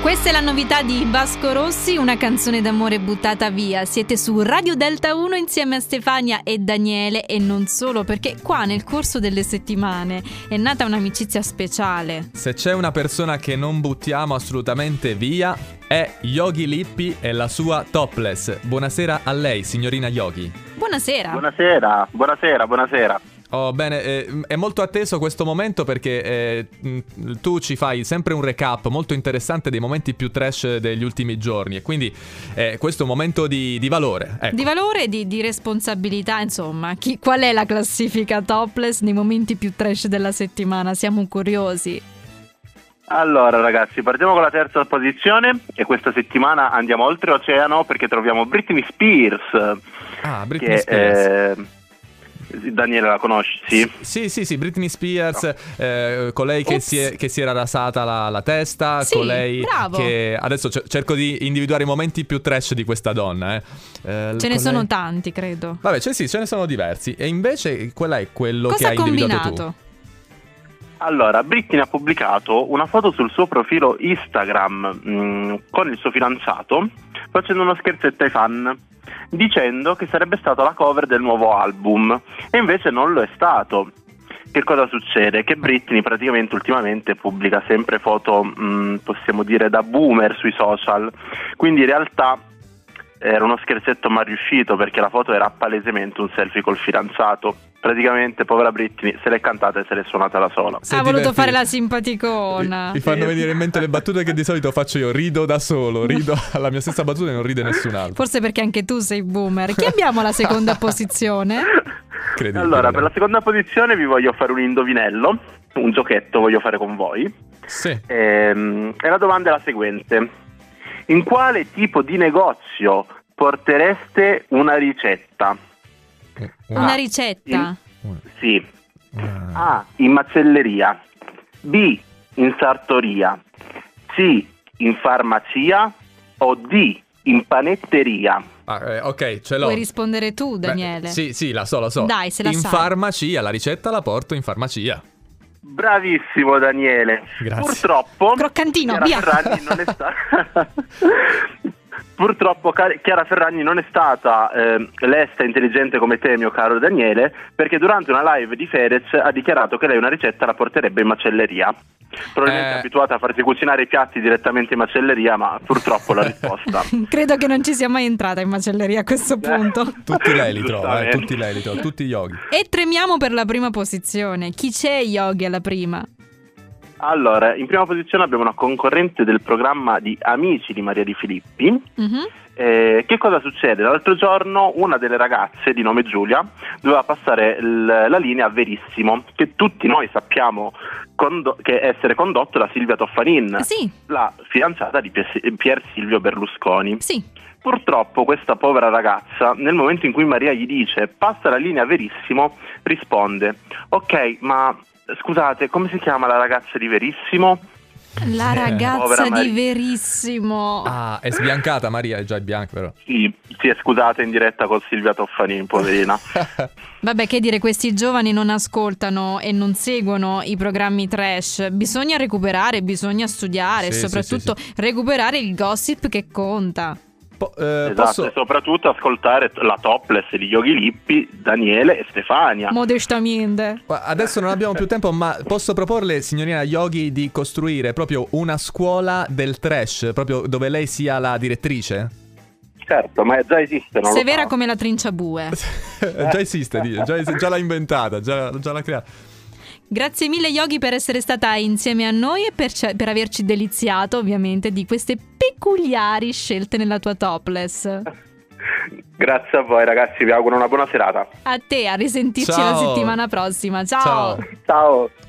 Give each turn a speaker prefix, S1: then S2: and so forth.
S1: Questa è la novità di Vasco Rossi, una canzone d'amore buttata via. Siete su Radio Delta 1 insieme a Stefania e Daniele e non solo, perché qua nel corso delle settimane è nata un'amicizia speciale.
S2: Se c'è una persona che non buttiamo assolutamente via è Yogi Lippi e la sua topless. Buonasera a lei, signorina Yogi.
S1: Buonasera.
S3: Buonasera, buonasera, buonasera.
S2: Oh, bene, eh, è molto atteso questo momento perché eh, tu ci fai sempre un recap molto interessante dei momenti più trash degli ultimi giorni e quindi eh, questo è un momento di, di valore. Ecco.
S1: Di valore e di, di responsabilità, insomma. Chi, qual è la classifica topless nei momenti più trash della settimana? Siamo curiosi.
S3: Allora ragazzi, partiamo con la terza posizione e questa settimana andiamo oltre oceano perché troviamo Britney Spears.
S2: Ah, Britney Spears.
S3: È, Daniele la conosci? Sì,
S2: sì, sì, sì Britney Spears, no. eh, colei che si, è, che si, era rasata la, la testa,
S1: sì,
S2: colei
S1: bravo.
S2: che... Adesso cerco di individuare i momenti più trash di questa donna. Eh. Eh,
S1: ce colei... ne sono tanti, credo.
S2: Vabbè, cioè sì, ce ne sono diversi. E invece qual è quello
S1: Cosa
S2: che hai
S1: combinato?
S2: individuato tu?
S3: Allora, Britney ha pubblicato una foto sul suo profilo Instagram mh, con il suo fidanzato facendo uno scherzetto ai fan dicendo che sarebbe stata la cover del nuovo album e invece non lo è stato. Che cosa succede? Che Britney praticamente ultimamente pubblica sempre foto, mh, possiamo dire, da boomer sui social, quindi in realtà era uno scherzetto mal riuscito perché la foto era palesemente un selfie col fidanzato. Praticamente, povera Britney, se l'è cantata e se l'è suonata da sola.
S1: Se ha voluto fare la simpaticona.
S2: Mi fanno venire in mente le battute che di solito faccio io. Rido da solo, rido alla mia stessa battuta e non ride nessun altro.
S1: Forse perché anche tu sei boomer. Chi abbiamo alla seconda posizione?
S2: Ah. Credibile.
S3: Allora, per la seconda posizione vi voglio fare un indovinello, un giochetto voglio fare con voi.
S2: Sì.
S3: Ehm, e la domanda è la seguente. In quale tipo di negozio portereste una ricetta?
S2: Eh,
S1: Una ricetta?
S2: Mm.
S3: In, sì. A. In macelleria. B. In sartoria. C. In farmacia. O D. In panetteria.
S2: Ah, eh, ok, ce l'ho.
S1: Puoi rispondere tu, Daniele.
S2: Beh, sì, sì, la so, la so.
S1: Dai, se la
S2: in
S1: sai.
S2: farmacia, la ricetta la porto in farmacia.
S3: Bravissimo Daniele.
S2: Grazie.
S3: Purtroppo
S1: Croccantino,
S3: Chiara
S1: via.
S3: Ferragni non è stata Purtroppo Car- Chiara Ferragni non è stata eh, lesta intelligente come te, mio caro Daniele, perché durante una live di Fedez ha dichiarato che lei una ricetta la porterebbe in macelleria. Probabilmente
S2: Eh.
S3: è abituata a farsi cucinare i piatti direttamente in macelleria, ma purtroppo la risposta.
S1: Credo che non ci sia mai entrata in macelleria a questo punto.
S2: Tutti lei li trova, eh,
S3: Giustamente.
S2: tutti lei li trova, tutti yogi.
S1: E tremiamo per la prima posizione. Chi c'è Yogi alla prima?
S3: Allora, in prima posizione abbiamo una concorrente del programma di Amici di Maria Di Filippi,
S1: Mhm.
S3: Eh, che cosa succede? L'altro giorno una delle ragazze di nome Giulia doveva passare l- la linea a Verissimo, che tutti noi sappiamo condo- che essere condotto da Silvia Toffanin,
S1: Eh Sì,
S3: la fidanzata di Pier, Pier Silvio Berlusconi.
S1: sì.
S3: Purtroppo questa povera ragazza, nel momento in cui Maria gli dice passa la linea a Verissimo, risponde ok, ma scusate, come si chiama la ragazza di Verissimo?
S1: La
S2: Eh,
S1: ragazza
S3: povera
S1: di
S3: Maria.
S1: Verissimo.
S2: Ah, è sbiancata Maria, è già bianca però.
S3: Sì, si è scusata in diretta con Silvia Toffanin, poverina.
S1: Vabbè, che dire, questi giovani non ascoltano e non seguono i programmi trash. Bisogna recuperare, bisogna studiare e
S2: Sì, sì,
S1: soprattutto recuperare il gossip che conta.
S2: Po- eh,
S3: Esatto, e
S2: posso...
S3: soprattutto ascoltare la topless di Yogi Lippi, Daniele e Stefania.
S1: Modestamente.
S2: Guarda, Adesso non abbiamo più tempo, ma posso proporle, signorina Yogi, di costruire proprio una scuola del trash, proprio dove lei sia la direttrice?
S3: certo, ma già esiste, non lo
S1: Severa
S3: so.
S1: come la trinciabue.
S2: già esiste, dice, già, es- già l'ha inventata, già, già l'ha creata.
S1: Grazie mille Yogi per essere stata insieme a noi e per, ce- per averci deliziato ovviamente di queste peculiari scelte nella tua topless.
S3: Grazie a voi ragazzi, vi auguro una buona serata.
S1: A te, a risentirci
S2: Ciao.
S1: la settimana prossima.
S2: Ciao.
S1: Ciao.
S3: Ciao.